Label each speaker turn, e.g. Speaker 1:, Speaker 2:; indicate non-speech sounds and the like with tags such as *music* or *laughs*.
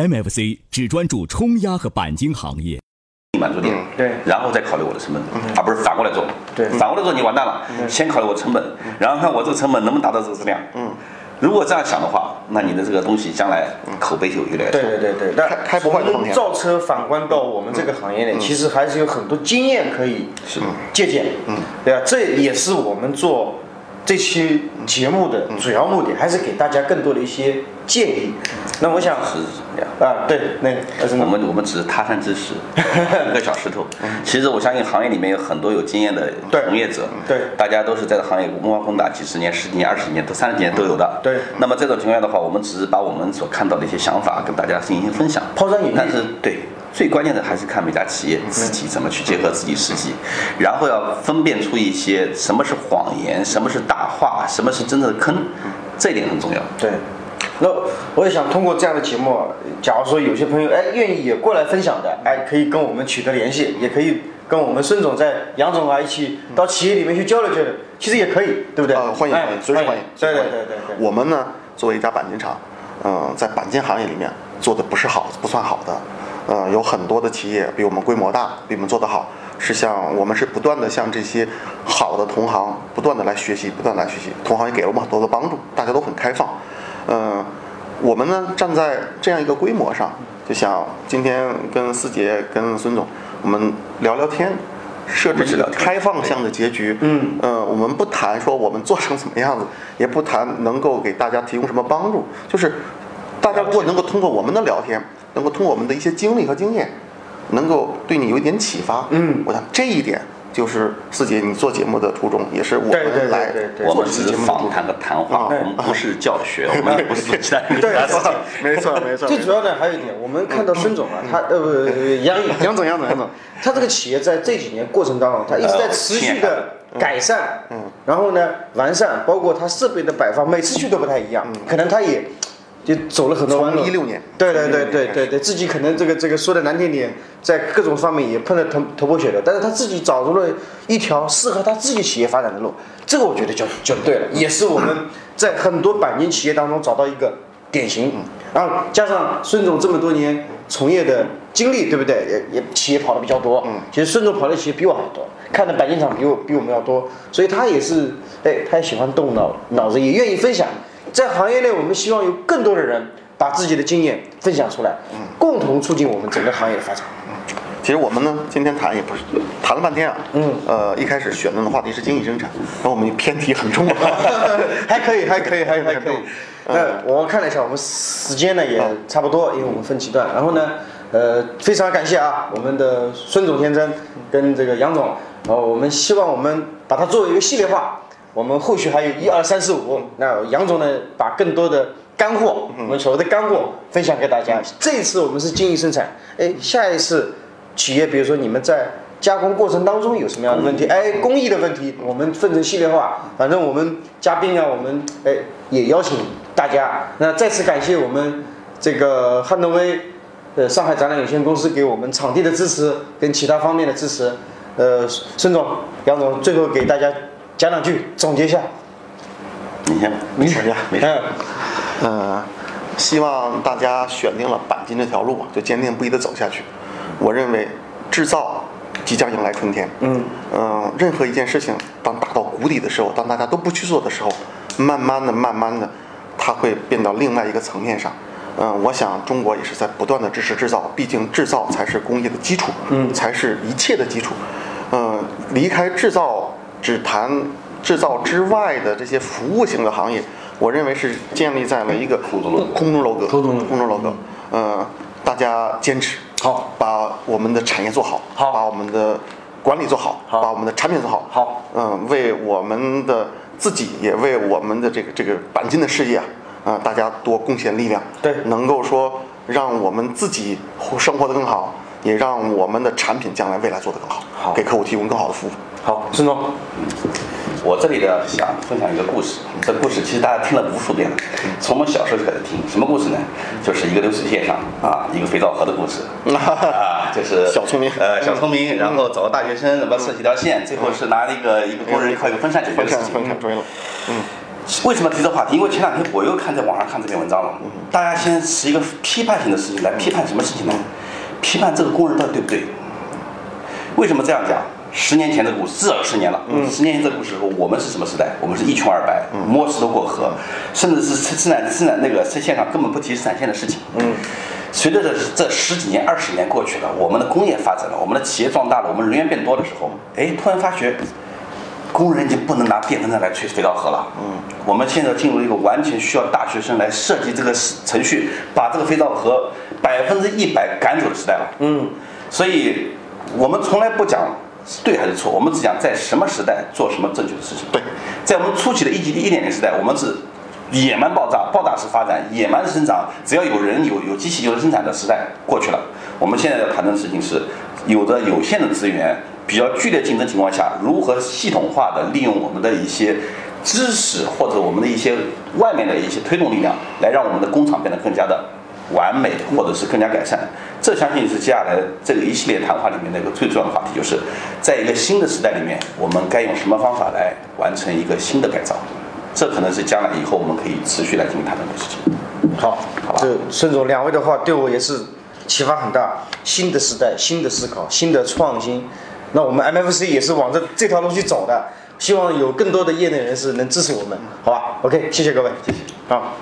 Speaker 1: MFC 只专注冲压和钣金行业。
Speaker 2: 满足点，
Speaker 3: 嗯对嗯
Speaker 2: 然后再考虑我的成本，而不是反过来做。
Speaker 3: 对嗯
Speaker 2: 反过来做你完蛋了。先考虑我成本，然后看我这个成本能不能达到这个质量。嗯，如果这样想的话，那你的这个东西将来口碑就越来越差。
Speaker 3: 对对对对，但
Speaker 4: 开开不坏的丰田
Speaker 3: 造车反观到我们这个行业
Speaker 4: 嗯
Speaker 3: 内，其实还是有很多经验可以
Speaker 2: 是的
Speaker 3: 借鉴。嗯，对啊，这也是我们做这期节目的
Speaker 4: 嗯
Speaker 3: 主要目的，还是给大家更多的一些建议。那我想
Speaker 2: 是是这样。
Speaker 3: 啊，对，那个呃真的
Speaker 2: 我们我们只是他山之
Speaker 3: *laughs*
Speaker 2: 石，一个小石头。其实我相信行业里面有很多有经验的
Speaker 3: 嗯对
Speaker 2: 从业者，
Speaker 3: 对
Speaker 2: 大家都是在这行业摸爬滚打几十年、十几年、二十几年、都三十几年都有的。
Speaker 3: 嗯对
Speaker 2: 那么这种情况下的话，我们只是把我们所看到的一些想法跟大家进行分享。
Speaker 3: 抛砖引玉
Speaker 2: 但是对。最关键的还是看每家企业自己怎么去结合自己实际，
Speaker 3: 嗯
Speaker 2: 然后要分辨出一些什么是谎言，什么是大话，什么是真正的坑，
Speaker 3: 嗯
Speaker 2: 这一点很重要。
Speaker 3: 对。那我也想通过这样的节目，啊假如说有些朋友哎愿意也过来分享的，哎可以跟我们取得联系，也可以跟我们孙总在杨总啊一起到企业里面去交流交流，其实也可以，对不对？
Speaker 4: 呃，欢迎
Speaker 3: 哎
Speaker 4: 欢迎，随时欢迎。随
Speaker 3: 对对
Speaker 4: 时欢
Speaker 3: 对
Speaker 4: 迎
Speaker 3: 对对。
Speaker 4: 我们呢，作为一家钣金厂，嗯、在钣金行业里面做的不是好，不算好的。呃，有很多的企业比我们规模大，比我们做得好，是向我们是不断的向这些好的同行不断的来学习，不断地来学习，同行也给了我们很多的帮助，大家都很开放。嗯、我们呢站在这样一个规模上，就想今天跟思杰、跟孙总，我们聊聊天，设置一个开放向的结局。嗯，呃，我们不谈说我们做成怎么样子，也不谈能够给大家提供什么帮助，就是大家如果能够通过我们的聊天，能够通过我们的一些经历和经验，能够对你有一点启发。
Speaker 3: 嗯
Speaker 4: 我想这一点就是四姐你做节目的初衷，也是我
Speaker 3: 对对对
Speaker 4: 们来
Speaker 3: 对对
Speaker 2: 我
Speaker 4: 做
Speaker 2: 们
Speaker 4: 这
Speaker 2: 只是
Speaker 4: 期节目的初
Speaker 2: 访
Speaker 4: 衷。
Speaker 2: 谈和谈话，
Speaker 3: 对
Speaker 2: 我们不是教学，我们也不是做其他 *laughs*
Speaker 3: 对
Speaker 2: 的事情。
Speaker 4: 没错没错，
Speaker 3: 最主要的还有一点，我们看到孙总啊，他呃不不不杨
Speaker 4: *laughs* 杨总杨总杨总，
Speaker 3: 他这个企业在这几年过程当中，他一直
Speaker 4: 呃
Speaker 3: 在持续的改善，嗯，然后呢完善，包括他设备的摆放，每次去都不太一
Speaker 4: 嗯
Speaker 3: 样，可能他也就走了很多弯路。
Speaker 4: 从16年
Speaker 3: 对对对对对对，自己可能这个这个说的难听点，在各种方面也碰了头头破血流，但是他自己找出了一条适合他自己企业发展的路，这个我觉得就就对了，也是我们在很多钣金企业当中找到一个典型。然后加上孙总这么多年从业的经历，对不对？也也企业跑的比较多，嗯，其实孙总跑的企业比我还多，看的钣金厂比我比我们要多，所以他也是，哎，他也喜欢动脑脑子，也愿意分享。在行业内，我们希望有更多的人把自己的经验分享出来，共同促进我们整个行业的发展。
Speaker 4: 其实我们呢，今天谈也不是谈了半天啊，
Speaker 3: 嗯
Speaker 4: 呃，一开始选定的话题是经济生产，然后我们偏题很重啊，
Speaker 3: *laughs* 还可以，还可以，还还可以。那我看了一下，我们时间呢也差不多，因为我们分几段。然后呢，呃，非常感谢啊，我们的孙总先生跟这个杨总，然后我们希望我们把它作为一个系列化，我们后续还有一二三四五。那杨总呢，把更多的干货，我们所谓的干货分享给大家。这一次我们是精益生产，哎，下一次企业，比如说你们在加工过程当中有什么样的问题？哎，工艺的问题，我们分成系列化。反正我们嘉宾啊，我们哎也邀请大家。那再次感谢我们这个汉诺威，呃，上海展览有限公司给我们场地的支持跟其他方面的支持。呃，孙总、杨总，最后给大家讲两句，总结一下。
Speaker 2: 你先，
Speaker 4: 没事呀，
Speaker 2: 没事。
Speaker 3: 嗯，
Speaker 4: 呃，希望大家选定了钣金这条路啊，就坚定不移地走下去。我认为制造即将迎来春天。
Speaker 3: 嗯
Speaker 4: 呃任何一件事情，当打到谷底的时候，当大家都不去做的时候，慢慢的、慢慢的，它会变到另外一个层面上。嗯、我想中国也是在不断的支持制造，毕竟制造才是工业的基础，嗯，才是一切的基础。嗯，离开制造，只谈制造之外的这些服务型的行业，我认为是建立在了一个
Speaker 2: 空中楼阁
Speaker 4: 空中楼阁，
Speaker 3: 空中楼阁
Speaker 4: 空中楼阁。呃，大家坚持
Speaker 3: 好，
Speaker 4: 把我们的产业做好，
Speaker 3: 好
Speaker 4: 把我们的管理做好，
Speaker 3: 好
Speaker 4: 把我们的产品做好，
Speaker 3: 好，
Speaker 4: 嗯，为我们的自己，也为我们的这个这个钣金的事业啊，啊、大家多贡献力量，
Speaker 3: 对
Speaker 4: 能够说让我们自己生活的更好，也让我们的产品将来未来做得更好，
Speaker 3: 好
Speaker 4: 给客户提供更好的服务。
Speaker 3: 好，孙总，
Speaker 2: 我这里呢想分享一个故事，这故事其实大家听了无数遍了，从我们小时候就开始听。什么故事呢？就是一个流水线上啊，一个肥皂盒的故事
Speaker 4: *laughs*
Speaker 2: 啊，就是
Speaker 4: 小聪明
Speaker 2: 呃，小聪明，然后找个大学生，什么设计一条线，最后是拿那个一个工人靠一个风扇解决
Speaker 4: 分
Speaker 2: 的事
Speaker 4: 看
Speaker 2: 情。
Speaker 4: 分看，注意了，
Speaker 2: 为什么提这话题？因为前两天我又看在网上看这篇文章了，大家先是一个批判性的事情来批判什么事情呢？批判这个工人到底对不对？为什么这样讲？十年前的故事，至少十年了。嗯，十年前这故事，我们是什么时代？我们是一穷二白，摸石头过河，甚至是生产生产那个生线上根本不提生产线的事情。嗯，随着这这十几年、二十年过去了，我们的工业发展了，我们的企业壮大了，我们人员变多的时候，哎，突然发觉工人已经不能拿电风扇来吹肥皂盒了。嗯，我们现在进入一个完全需要大学生来设计这个程序，把这个肥皂盒百分之一百赶走的时代了。嗯，所以我们从来不讲是对还是错，我们只讲在什么时代做什么正确的事情。
Speaker 4: 对，
Speaker 2: 在我们初期的一级一点零时代，我们是野蛮爆炸、爆炸式发展、野蛮生长，只要有人有有机器就能生产的时代过去了。我们现在要谈论的事情是，有着有限的资源，比较剧烈竞争情况下，如何系统化的利用我们的一些知识或者我们的一些外面的一些推动力量，来让我们的工厂变得更加的完美，或者是更加改善。这相信是接下来这个一系列谈话里面的一个最重要的话题，就是在一个新的时代里面，我们该用什么方法来完成一个新的改造？这可能是将来以后我们可以持续来进行谈论的事情。
Speaker 3: 好，
Speaker 2: 好吧
Speaker 3: 这孙总两位的话对我也是启发很大，新的时代，新的思考，新的创新。那我们 MFC 也是往这这条路去走的，希望有更多的业内人士能支持我们，好吧？OK，谢谢各位，谢谢，好。